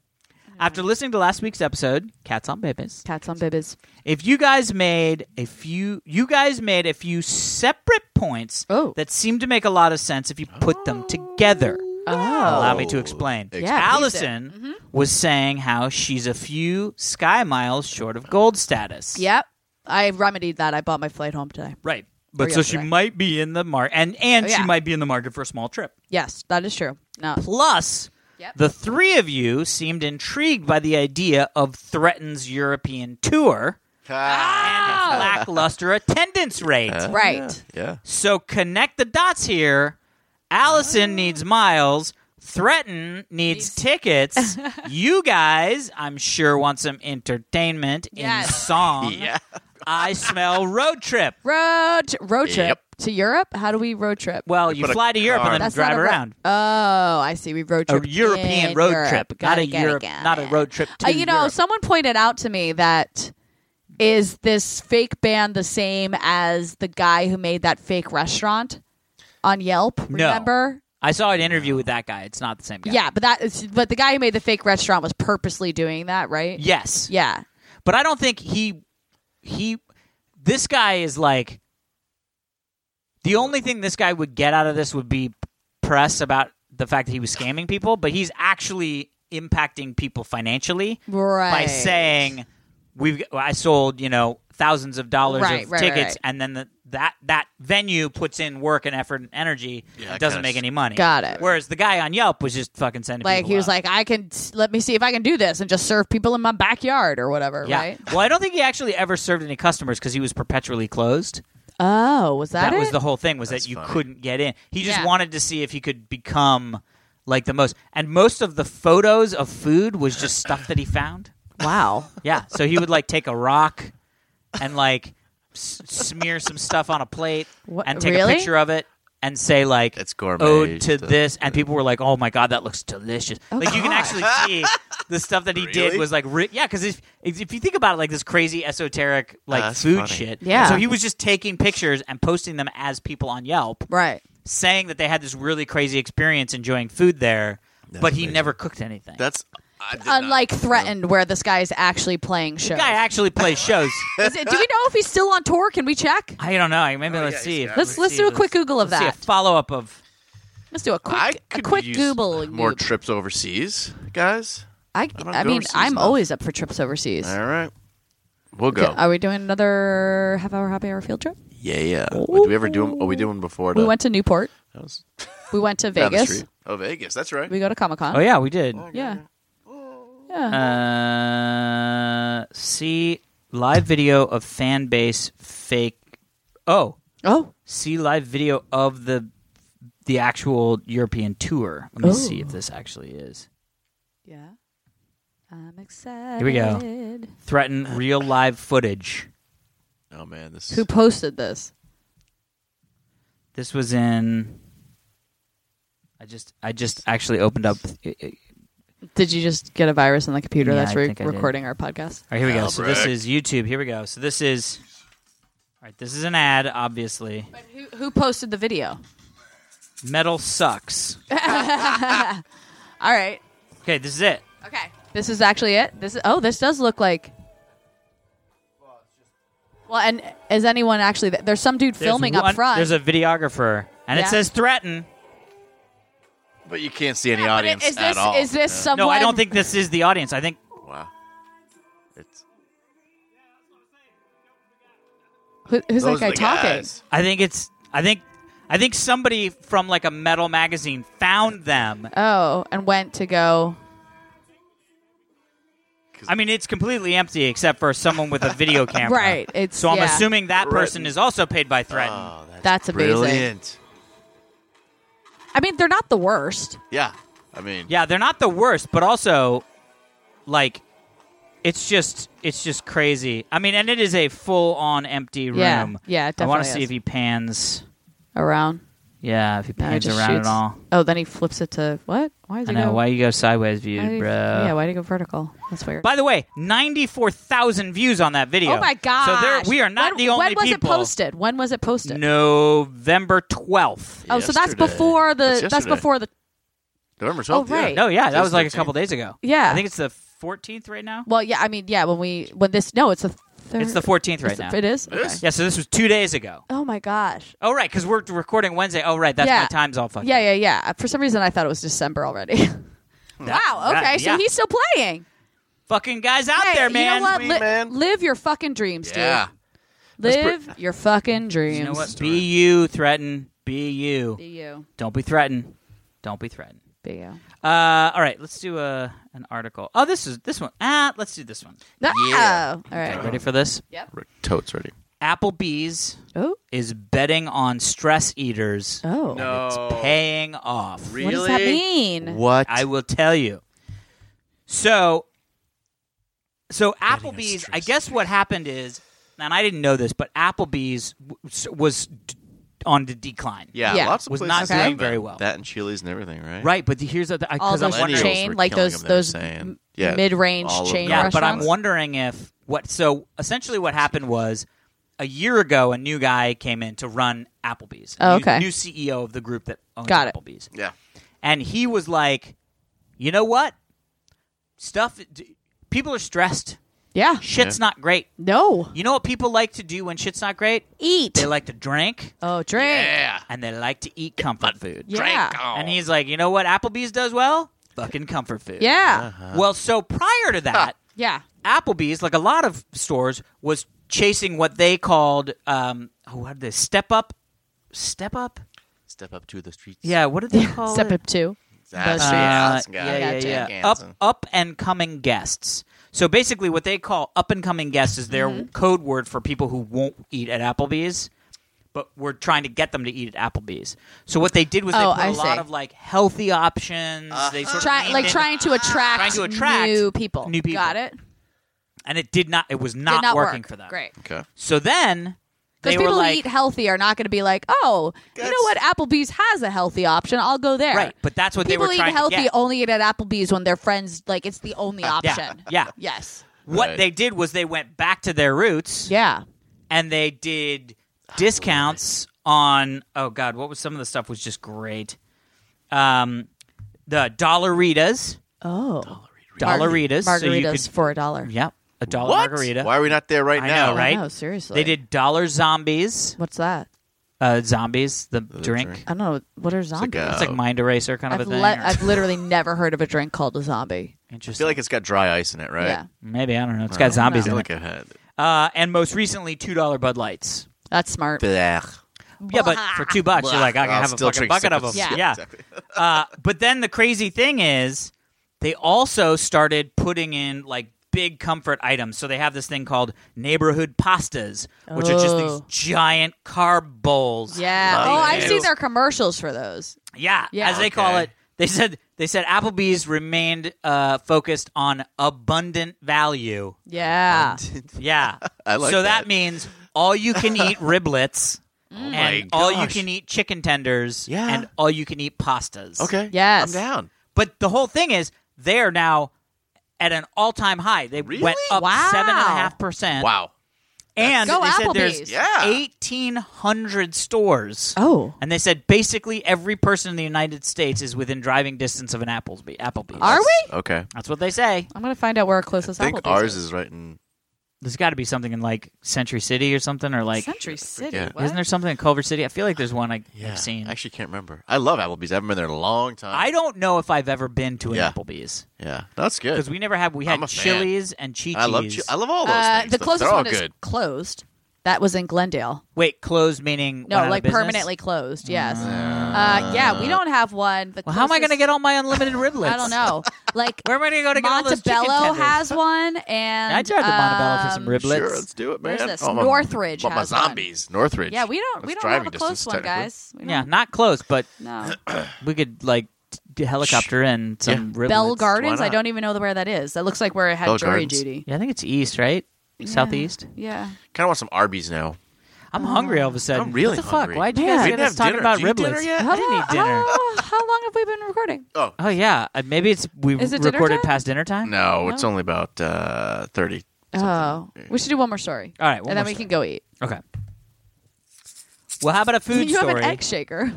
B: after listening to last week's episode, Cats on Babies,
A: Cats on bibbies.
B: if you guys made a few you guys made a few separate points
A: Oh.
B: that seem to make a lot of sense if you put them together.
A: Oh.
B: Allow me to Oh. explain.
C: Ex-
A: Yeah, please Mm-hmm.
B: Allison was saying how she's a few sky miles short of gold status.
A: Yep. I remedied that. I bought my flight home today.
B: Right. But
A: Or
B: so she
A: yesterday.
B: might be in the market and and
A: Oh,
B: she
A: yeah.
B: might be in the market for a small trip.
A: Yes, that is true. No.
B: Plus,
A: Yep.
B: the three of you seemed intrigued by the idea of Threaten's European tour
C: Ah,
B: and its lackluster <laughs> attendance rate.
A: Right.
C: yeah.
B: So connect the dots here. Allison
A: Ah.
B: needs miles. Threaten needs
A: <laughs>
B: tickets. you guys, I'm sure, want some entertainment in
A: Yes.
B: song.
C: <laughs> Yeah.
B: I smell road trip.
A: Road road trip
C: Yep.
A: to Europe. How do we road trip?
B: Well, you
C: put a
B: fly to Europe
C: car-
B: and then
A: That's
B: drive
A: not a ro-
B: around.
A: Oh, I see. We road
B: A
A: trip.
B: European
A: in
B: road
A: Europe.
B: trip, not
A: Got
B: a
A: it, got it,
B: Europe,
A: got
B: not a
A: it.
B: road trip to
A: Uh, you know,
B: Europe.
A: someone pointed out to me that is this fake band the same as the guy who made that fake restaurant on Yelp? Remember?
B: I saw an interview with that guy. It's not the same guy.
A: Yeah, but that is, but the guy who made the fake restaurant was purposely doing that, right?
B: Yes.
A: Yeah.
B: But I don't think he he this guy is like the only thing this guy would get out of this would be press about the fact that he was scamming people, but he's actually impacting people financially
A: Right.
B: by saying we've I sold, you know, thousands of dollars
A: Right,
B: of
A: right,
B: tickets
A: right.
B: and then the, that that venue puts in work and effort and energy
C: Yeah,
B: and doesn't
C: kinda
B: make
C: s-
B: any money.
A: Got it.
B: Whereas the guy on Yelp was just fucking sending
A: Like
B: people
A: he was
B: out.
A: like, I can let me see if I can do this and just serve people in my backyard or whatever,
B: yeah.
A: right?
B: Well, I don't think he actually ever served any customers because he was perpetually closed.
A: Oh, was that,
B: that was
A: it?
B: the whole thing was
C: That's
B: that you
C: funny.
B: couldn't get in. He just
A: Yeah.
B: wanted to see if he could become like the most. And most of the photos of food was just stuff that he found.
A: Wow.
B: Yeah. So he would like take a rock and like s- smear some stuff on a plate
A: What-
B: and take
A: really?
B: a picture of it and say like
C: It's gourmet
B: ode to
C: stuff.
B: this and people were like oh my god that looks delicious like you can
A: God.
B: actually
C: <laughs>
B: see the stuff that he did
C: Really?
B: was like ri- yeah because if, if if you think about it like this crazy esoteric like
C: That's
B: food
C: funny.
B: shit
A: Yeah.
B: so he was just taking pictures and posting them as people on Yelp
A: Right.
B: saying that they had this really crazy experience enjoying food there but he
C: amazing.
B: never cooked anything
C: That's I did not-
A: Unlike threatened, where this guy is actually playing shows.
B: guy actually
A: <laughs>
B: plays shows
A: Is it, do we
B: <laughs>
A: know if he's still on tour? Can we check?
B: I don't know maybe
C: Oh,
B: let's
C: yeah,
B: see
C: he's got-
A: Let's let's
B: see,
A: do a
B: let's-
A: quick Google of
B: Let's see a
A: that.
B: follow up of
A: Let's do a quick
C: I
A: a
C: could
A: quick
C: use
A: Google.
C: More
A: you.
C: trips overseas, guys.
A: I,
C: don't
A: I
C: go
A: mean,
C: overseas
A: I'm
C: enough.
A: always up for trips overseas.
C: All right, we'll go.
A: Are we doing another half hour, happy hour field trip?
C: yeah, yeah. Wait, did we ever do them? Oh, we did one before.
A: We
C: the-
A: went to Newport.
C: that was
A: We went to
C: down the
A: Vegas.
C: street. Oh, Vegas. That's right.
A: We go to Comic Con.
B: Oh yeah, we did.
A: yeah. Yeah.
B: Uh, see live video of fan base fake. Oh,
A: oh,
B: see live video of the the actual European tour. Let me
A: Oh.
B: see if this actually is.
A: yeah. I'm excited.
B: we go. Threaten real live footage.
C: Oh man, this.
A: Who posted this?
B: This was in. I just I just actually opened up. All right,
A: Did you just get a virus on the computer
B: Yeah,
A: that's
B: I
A: re-
B: think I did.
A: recording our podcast?
B: here we go. So this
C: Albrecht.
B: is YouTube. Here we go. So this is. All right, this is an ad, obviously.
A: Who, who posted the video?
B: Metal sucks.
A: All right.
B: Okay, this is it.
A: Okay. This is actually it. This is, oh, this does look like. Well, and is anyone actually th- there's some dude
B: There's
A: filming
B: one-
A: up front.
B: There's a videographer, and
A: Yeah.
B: it says threaten.
C: But you can't see any
A: But
C: audience
A: is this
C: at all.
A: is this
B: No,
A: someone?
B: I don't think this is the audience. I think
C: Wow. It's
A: Who, who's that
C: those
A: guy
C: are the
A: talking?
C: guys.
B: I think it's I think I think somebody from like a metal magazine found them.
A: Oh, and went to go.
B: I mean, it's completely empty except for someone with
A: <laughs>
B: a video camera.
A: Right, it's-
B: so I'm
A: yeah.
B: assuming that person
C: Threaten.
B: is also paid by threaten.
C: Oh, that's,
A: That's amazing.
C: Brilliant.
A: I mean, they're not the worst.
C: Yeah. I mean,
B: yeah, they're not the worst, but also like it's just it's just crazy. I mean, and it is a full on empty room.
A: Yeah, yeah, it
B: I want to
A: definitely
B: see
A: is.
B: if he pans.
A: Around,
B: Yeah, if he
A: no, he
B: pans
A: just
B: around
A: shoots.
B: at all.
A: Oh, then he flips it to what? Why is
B: I
A: he
B: know
A: go?
B: why you go sideways view,
A: why did he-
B: bro.
A: Yeah, why did he go vertical? That's weird.
B: By the way, ninety-four thousand views on that video.
A: oh my god!
B: So there, we are not
A: when,
B: the only
A: When was
B: people.
A: it posted? When was it posted?
B: November twelfth.
A: Oh, so that's
C: Yesterday.
A: before the.
C: That's
A: That's,
C: yesterday.
A: before the.
C: November 12th. yeah.
A: right.
B: No, Oh, yeah, that
C: Just
B: was like a
C: 13th.
B: couple days ago.
A: Yeah.
B: I think it's the fourteenth right now.
A: Well, yeah, I mean, yeah, when we when this no, it's the. Third,
B: It's the fourteenth right
A: it's the-
B: now.
A: It is.
C: It is?
A: Okay.
B: Yeah, so this was two days ago.
A: Oh my gosh.
B: Oh right, because we're recording Wednesday. Oh right, that's
A: Yeah.
B: my time's all fucked.
A: Yeah,
B: up.
A: yeah, yeah. For some reason, I thought it was December already. <laughs> wow.
B: that-
A: Okay, so
B: yeah.
A: he's still playing.
B: fucking guys out
A: Hey,
B: there, man.
A: You know what?
C: Sweet,
A: Li-
C: man.
A: Live your fucking dreams, dude.
C: Yeah. That's
A: Live your fucking dreams.
B: You know what? Be you, threaten. Be you.
A: Be you.
B: Don't be threatened. Don't be threatened.
A: Be you.
B: Uh, all right, let's do a an article. Oh, this is this one. Ah, let's do this one.
A: Yeah. All right.
B: Okay, ready for this?
C: Rick Totes ready.
B: Applebee's
A: Oh.
B: is betting on stress eaters.
A: Oh.
B: It's paying off.
A: What does that mean?
C: What?
B: I will tell you. So, so Applebee's. I guess what happened is, and I didn't know this, but Applebee's w- s- was d- on the decline.
C: yeah,
A: Yeah.
C: lots of
B: Was
C: places
B: not
C: have
A: doing
C: that.
B: very well.
C: That and Chili's and everything, right?
B: Right, but the- here's the I-
A: All
B: 'cause I'm
A: those
B: wondering.
A: chain- like those- those m- mid-range chain
B: Yeah, but I'm
A: restaurants?
B: wondering if what. So essentially, what happened was a year ago, a new guy came in to run Applebee's. A
A: Oh,
B: new-
A: okay.
B: new CEO of the group that owns
A: Got it.
B: Applebee's.
C: Yeah.
B: and he was like, "You know what? Stuff. d- People are stressed.
A: Yeah.
B: Shit's not great.
A: No.
B: You know what people like to do when shit's not great?
A: Eat.
B: They like to drink
A: Oh, drink.
C: Yeah.
B: and they like to eat comfort food.
A: Yeah.
B: And he's like, "You know what? Applebee's does well. Fucking comfort food.
A: Yeah.
B: Well, so prior to that,
A: Yeah.
B: Applebee's, like a lot of stores, was chasing what they called um, oh, what did they step up, step up.
C: Step up to the streets.
B: Yeah, what did they call
A: <laughs> Step
B: it?
A: up two.
C: That's
A: Uh,
C: it, Allison guy.
A: yeah, yeah, yeah.
B: up
C: Hansen.
B: up and coming guests. So basically,
A: Mm-hmm.
B: what they call up and coming guests is their code word for people who won't eat at Applebee's, but we're trying to get them to eat at Applebee's. So what they did was
A: Oh,
B: they put
A: I
B: a lot
A: see.
B: of like healthy options.
C: Uh-huh.
B: They sort of
A: Try,
B: leaned
A: like
B: in-
A: trying to attract
B: Trying to attract
A: new people.
B: new people.
A: Got it?
B: and it did not. It was
A: Did
B: not,
A: not
B: working
A: work.
B: for them.
A: Great.
C: Okay.
B: So then
A: Because
B: they were
A: people
B: like,
A: who eat healthy are not going to be like, oh, you know what?
C: That's-
A: Applebee's has a healthy option. I'll go there.
B: Right, but that's what they
A: people
B: were
A: eat
B: trying to
A: healthy
B: get. Uh,
A: only eat at Applebee's when their friends like it's the only option.
B: yeah.
A: Yes.
B: what
C: Right.
B: they did was they went back to their roots
A: Yeah.
B: and they did discounts on. Oh God, what was some of the stuff was just great. Um, the Dollaritas,
A: Oh.
B: Dollaritas,
A: Margaritas
B: so you could
A: for a dollar.
B: Yep. A dollar
C: What?
B: margarita.
C: Why are we not there right
B: I
C: now?
B: know, right?
A: No, seriously.
B: They did dollar zombies.
A: What's that?
B: Uh, zombies,
C: Oh,
B: the drink.
C: drink.
A: I don't know. What are zombies?
C: uh,
B: It's like mind eraser kind of
A: I've,
B: a thing.
A: le-
B: or-
A: I've literally never heard of a drink called a zombie.
C: I
B: Interesting.
C: feel like it's got dry ice in it, right?
A: Yeah.
B: Maybe I don't know. It's got zombies
C: I feel
B: in
C: like
B: it.
C: it had.
B: Uh, and most recently, two dollar Bud Lights.
A: That's smart.
C: Blech.
B: Yeah, but for two bucks, you're like, I can
C: I'll
B: have a
C: still
B: fucking
C: drink
B: bucket of them.
C: separate-
A: Yeah. <laughs>
B: yeah.
C: Exactly.
B: uh, but then the crazy thing is, they also started putting in like big comfort items. So they have this thing called neighborhood pastas, which are just these
A: Oh.
B: giant carb bowls.
A: Yeah.
C: Love
A: Oh, I've
C: it.
A: seen their commercials for those.
B: Yeah,
A: Yeah.
B: as they call
C: Okay.
B: it. They said they said Applebee's remained uh, focused on abundant value.
C: Oh
A: Yeah.
B: Yeah,
C: <laughs> I like
B: so that.
C: that. Oh
B: means all you can
C: <laughs>
B: eat riblets.
A: Mm.
B: and all you
C: gosh.
B: can eat chicken tenders
C: Yeah.
B: and all you can eat pastas.
C: Okay.
A: Yes.
C: I'm down.
B: But the whole thing is they are now at an all time high. They
C: Really?
B: went up
A: Wow.
B: seven and a half percent.
C: Wow.
B: And
A: Go
B: they said
A: Applebee's.
B: there's
C: Yeah.
B: eighteen hundred stores.
A: Oh.
B: And they said basically every person in the United States is within driving distance of an Applebee. Applebee's.
A: Are we?
C: Okay.
B: That's what they say.
A: I'm gonna find out where our closest
C: I think
A: Applebee's
C: ours
A: is.
C: is right in.
B: There's got to be something in like Century City or something, or like
A: Century City.
C: forget.
A: What?
B: isn't there something in Culver City? I feel like there's one I, I've seen.
C: I actually can't remember. I love Applebee's. I haven't been there in a long time.
B: I don't know if I've ever been to an
C: Yeah.
B: Applebee's
C: Yeah, that's
B: because
C: good.
B: we never had. We
C: I'm
B: had
C: a fan.
B: Chili's and Chi
C: I love.
B: Chi's.
C: Chi- I love all those
A: Uh,
C: things.
A: the
C: though.
A: closest
C: They're all
A: one is
C: good.
A: closed. That was in Glendale.
B: Wait, closed meaning
A: No,
B: went out of
A: like
B: business? Mm.
A: permanently closed. Yes. Uh, yeah, we don't have one. The
B: Well, how am I going
A: closest-
B: to get all my
A: <laughs>
B: unlimited riblets?
A: I don't
B: <laughs>
A: know. Like
B: Where am I going to go to get all those chicken
A: Montebello
B: tenders? <laughs>
A: has one, and
B: I tried to Montebello for some
A: um,
B: riblets.
C: Sure, let's do it, man. Oh,
A: Where's this?
C: my-
A: Northridge
C: My, my
A: has one.
C: zombies. Northridge.
A: Yeah, we don't. We
C: That's
A: don't have
C: driving
A: a close
C: distance,
A: one,
C: technically.
A: guys. We
B: Yeah,
A: don't-
B: not close, but
C: <coughs>
A: No.
B: we could like t- helicopter in some riblets.
A: Bell Gardens.
C: why
A: I
C: not?
A: don't even know where that is. That looks like where it had
C: Bell
A: jury
C: Gardens.
A: duty.
B: Yeah, I think it's east, right? Southeast.
A: Yeah.
C: Kind of want some Arby's now.
B: I'm hungry all of a sudden.
C: I'm really
B: what the
C: hungry.
B: fuck? Why'd you
A: Yeah.
B: guys
A: We
B: get
C: didn't
B: us
C: have
B: talking
C: dinner.
B: about
C: Did you eat
B: riblets?
C: dinner yet?
B: I didn't eat dinner.
A: How, how long have we been recording?
C: Oh
B: Oh yeah, Uh, maybe it's we
A: Is it dinner
B: recorded
A: time?
B: past dinner time.
C: no, it's only about uh, thirty.
A: Oh, we should do one more story.
B: All right, one
A: and then
B: more
A: we
B: story.
A: can go eat.
B: Okay. Well, how about a
A: <laughs>
B: food
A: you
B: story?
A: have an egg <laughs> shaker.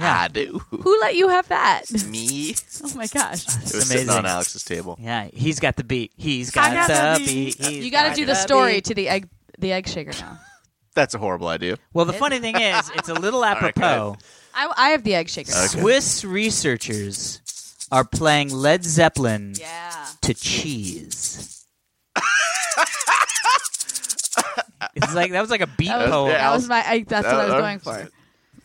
B: Yeah.
C: I do.
A: <laughs> Who let you have that?
C: Me. It
A: <laughs> Oh my gosh!
C: was sitting
B: amazing.
C: on Alex's table.
B: Yeah, he's got the beat. He's got,
A: got
B: the,
C: the
B: beat.
C: beat.
B: He's
A: You got to
B: got
A: do the story to the egg, the egg shaker now.
C: That's a horrible idea.
B: Well, the funny thing is, it's a
C: <laughs>
B: little
C: right,
B: apropos.
A: <laughs> I, I have the egg shaker. now.
C: Okay.
B: Swiss researchers are playing Led Zeppelin
A: Yeah. <laughs>
B: to cheese. it's like that was like a beat
A: That was,
B: poem.
A: that
C: yeah.
A: was my. I, that's what I was
C: Uh,
A: going for.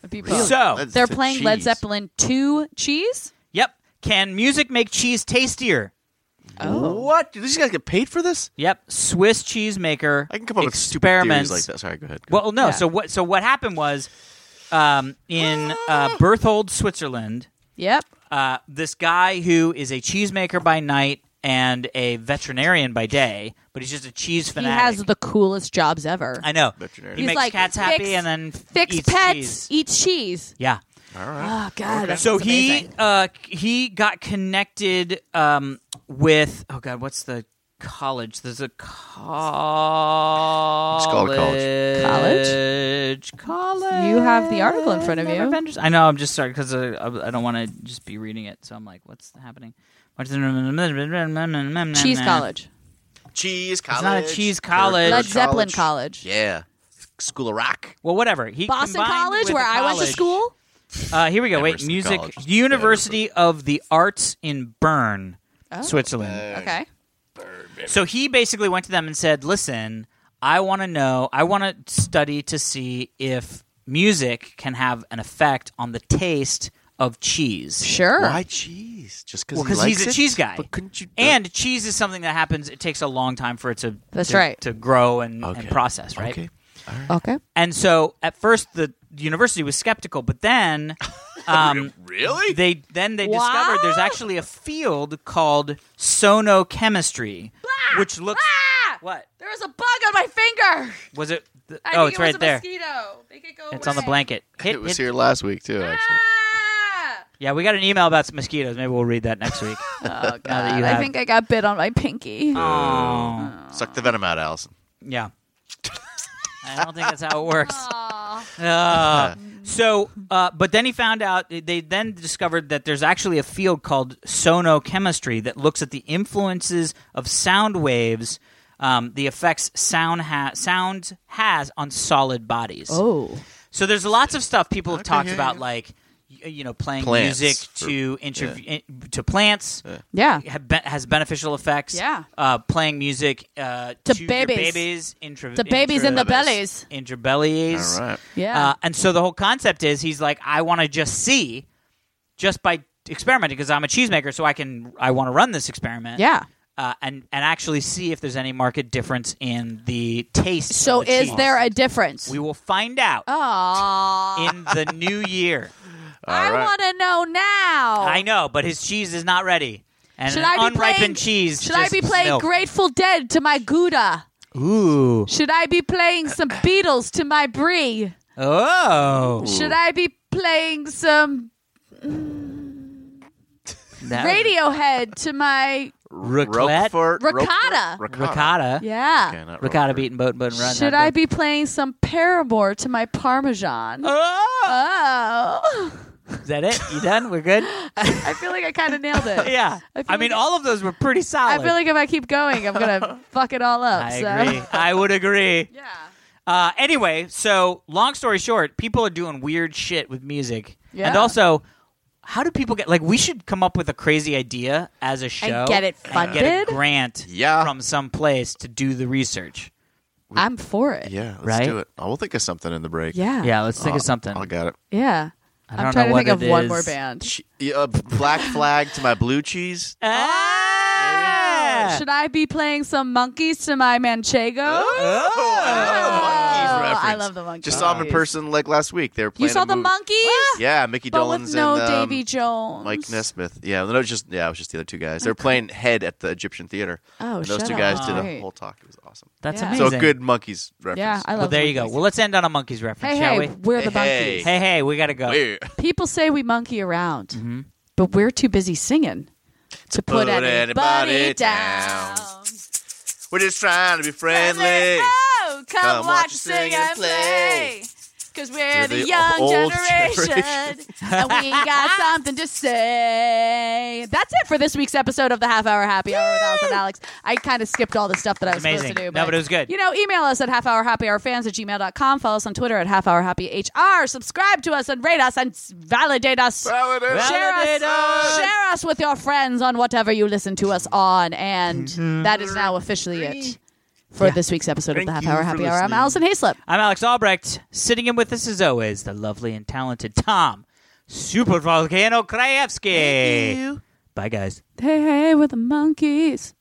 A: A beat poem.
B: So,
C: Let's
A: They're
C: to
A: playing Led
C: cheese.
A: Zeppelin to cheese.
B: yep. Can music make cheese tastier?
A: Oh.
C: What? Do these guys get paid for this?
B: Yep. Swiss cheesemaker.
C: I can come up with stupid
B: experiments.
C: theories like that. Sorry, go ahead. Go
B: Well, no.
A: Yeah.
B: So what? So what happened was, um, in uh, Berthold, Switzerland,
A: Yep.
B: uh, this guy who is a cheesemaker by night and a veterinarian by day, but he's just a cheese
A: He
B: fanatic.
A: has the coolest jobs ever.
B: I know.
C: Veterinarian.
B: He
A: He's
B: makes
A: like,
B: cats
A: fix-
B: happy and then f-
A: Fix
B: eats
A: pets,
B: cheese.
A: eats cheese.
B: Yeah.
C: All right.
A: Oh God. That
B: So
A: sounds
B: he
A: amazing.
B: uh, he got connected um, with oh god, what's the college? There's a college.
C: called a college.
B: College. College.
A: You have the article in front of
B: Never
A: you.
B: been to- I know. I'm just sorry because uh, I don't want to just be reading it. So I'm like, what's happening?
A: Cheese College,
B: Cheese
C: Cheese college.
B: It's not a cheese college.
A: Led Zeppelin College,
C: Yeah. School of Rock.
B: Well, whatever. He
A: Boston
B: combined
A: College,
B: with
A: where
B: the
A: I went to
B: college-
A: school.
B: Uh, here we go. Wait,
C: Emerson
B: music.
C: College.
B: University of the Arts in Bern,
A: Oh.
B: Switzerland.
A: Okay.
B: So he basically went to them and said, "Listen, I want to know. I want to study to see if music can have an effect on the taste of cheese."
A: Sure.
C: Why cheese? Just because
B: Well,
C: he
B: because
C: likes
B: he's a
C: it?
B: cheese guy.
C: But couldn't you?
B: And cheese is something that happens. It takes a long time for it to
A: That's
B: to,
A: right.
B: to grow and,
C: Okay.
B: and process, right?
C: Okay.
A: Okay.
B: And so at first the university was skeptical, but
C: <laughs>
B: then um,
C: Really?
B: they then they
A: Wow.
B: discovered there's actually a field called sonochemistry, which
A: <laughs>
B: looks
A: Ah!
B: what
A: There was a bug on my finger.
B: was it? th-
A: I think
B: oh, it's
A: it was
B: right
A: a
B: there.
A: Mosquito. Make it go
B: It's on the
A: away.
C: <laughs>
B: blanket. Hit,
C: it was
B: hit-
C: here last week too, actually.
B: <laughs>
A: Ah!
B: Yeah, we got an email about some mosquitoes. Maybe we'll read that
C: <laughs>
B: next week.
A: Oh god!
B: that you
A: I
B: have-
A: think I got bit on my pinky.
B: oh,
C: Suck the venom out, Allison.
B: yeah. I don't think that's how it works.
A: Aw.
B: <laughs> Uh, so, uh, but then he found out, they then discovered that there's actually a field called sonochemistry that looks at the influences of sound waves, um, the effects sound, ha- sound has on solid bodies.
A: Oh.
B: So there's lots of stuff people have
C: Okay,
B: talked
C: yeah,
B: about,
C: yeah.
B: like, y- you know, playing
C: Plants
B: music
C: for-
B: to interview to plants
A: Yeah.
B: have be- has beneficial effects.
A: Yeah.
B: uh, playing music uh,
A: To
B: your
A: babies.
B: babies, intra-
A: The babies in the
B: intra-
A: bellies.
B: interbellies.
C: All right.
A: Yeah.
B: Uh, and so the whole concept is he's like, I want to just see, just by experimenting, because I'm a cheesemaker, so I can, I want to run this experiment.
A: yeah.
B: Uh, and and actually see if there's any market difference in the taste.
A: So
B: of the
A: is
B: cheese.
A: there a Oh. difference?
B: Oh, We will find out
A: Aw.
B: in the new
A: <laughs>
B: year.
A: I
C: All right.
A: want to know now.
B: I know, but his cheese is not ready. And
A: Oh. Should
B: an
A: I be
B: unripened
A: playing-
B: cheese.
A: Should I
B: just
A: be playing
B: milk.
A: Grateful Dead to my Gouda?
B: Ooh.
A: Should I be playing some Beatles to my Brie?
B: Oh.
A: Should I be playing some
B: That-
A: Radiohead to my
B: Raclette.
C: Roquefort-
A: Ricotta.
C: Roquefort- Ricotta.
B: Ricotta.
A: yeah?
C: Okay, not
B: Ricotta
C: Roquefort.
B: beaten boat, boat, and run.
A: Should
B: Not
A: I
B: good.
A: be playing some Paramore to my Parmesan? Uh,
B: Oh!
A: Oh,
B: Is that it? You done? We're good?
A: <laughs> I feel like I kind
B: <laughs>
A: of nailed it.
B: yeah. I,
A: I feel
B: mean,
A: like-
B: all of those were pretty
A: I
B: solid.
A: feel like if I keep going, I'm
B: <laughs>
A: gonna fuck it all up.
B: I
A: so.
B: agree. I would agree.
A: <laughs> Yeah.
B: Uh, anyway, so long story short, people are doing weird shit with music. And
A: Yeah.
B: also, how do people get like we should come up with a crazy idea as a show
A: get it
B: and get a
A: funded?
B: grant
C: Yeah.
B: from some place to do the research.
A: I'm for it.
C: Yeah, let's
B: Right?
C: do it. I will think of something in the break.
A: Yeah.
B: Yeah, let's
C: Uh,
B: think of something.
C: I got it.
A: Yeah.
B: I don't
A: am trying
B: know
A: to think
B: what
A: of
B: it
A: one
B: is.
A: more band.
C: Ch- yeah, uh, black flag to my
B: <laughs>
C: blue cheese.
B: Ah!
A: Should I be playing some monkeys to my Manchego?
C: Oh, I love
A: Oh,
C: the monkeys
A: I
C: reference.
A: love the monkeys.
C: Just saw him in person like last week. They were
A: You
C: playing.
A: saw
C: a
A: the
C: movie.
A: monkeys?
C: Yeah, Mickey
A: But
C: Dolenz
A: with no
C: and um,
A: Davy Jones.
C: Mike Nesmith. Yeah, no, it was just yeah, it was just the other two guys. They were playing Head at the Egyptian Theater.
A: Oh,
C: and those
A: shut
C: two
A: up.
C: guys did a
A: Great.
C: whole talk. It was awesome.
B: That's
A: Yeah.
B: amazing.
C: So a good monkeys reference.
A: Yeah, I love
B: Well, there you go.
A: monkeys.
B: Well, let's end on a monkeys reference,
A: Hey,
B: shall
A: hey,
B: we?
A: we're the
C: Hey,
A: monkeys.
B: Hey, hey, we gotta go.
C: Weird.
A: People say we monkey around, but we're too busy singing to put,
C: put anybody down. We're just trying to be friendly.
A: Oh, come, watch,
C: Come watch
A: us
C: us
A: sing
C: sing
A: and
C: and
A: play.
C: play.
A: Because we're
C: We're
A: the,
C: the
A: young
C: old
A: generation.
C: generation.
A: and we got something to say. That's it for this week's episode of the Half Hour Happy Hour with Alice and Alex. I kind of skipped all the stuff that I was
B: Amazing.
A: supposed to do.
B: No, but it was
A: <laughs>
B: good.
A: You know, email us at halfhourhappyhourfans at gmail.com. Follow us on Twitter at halfhourhappyhr. Subscribe to us and rate us and s- validate us.
C: Validate us.
A: Share
B: Validate
A: us, uh,
B: us.
A: share us with your friends on whatever you listen to us on. And that is now officially it for this week's episode of
C: Mm-hmm. Thank
A: the Half
C: you
A: Hour
C: for
A: Happy Hour. I'm
C: listening.
A: Allison Hayslip.
B: I'm Alex Albrecht. Sitting in with us as always, the lovely and talented Tom Super Volcano Krajewski. Bye, guys.
A: Hey, hey, with the monkeys.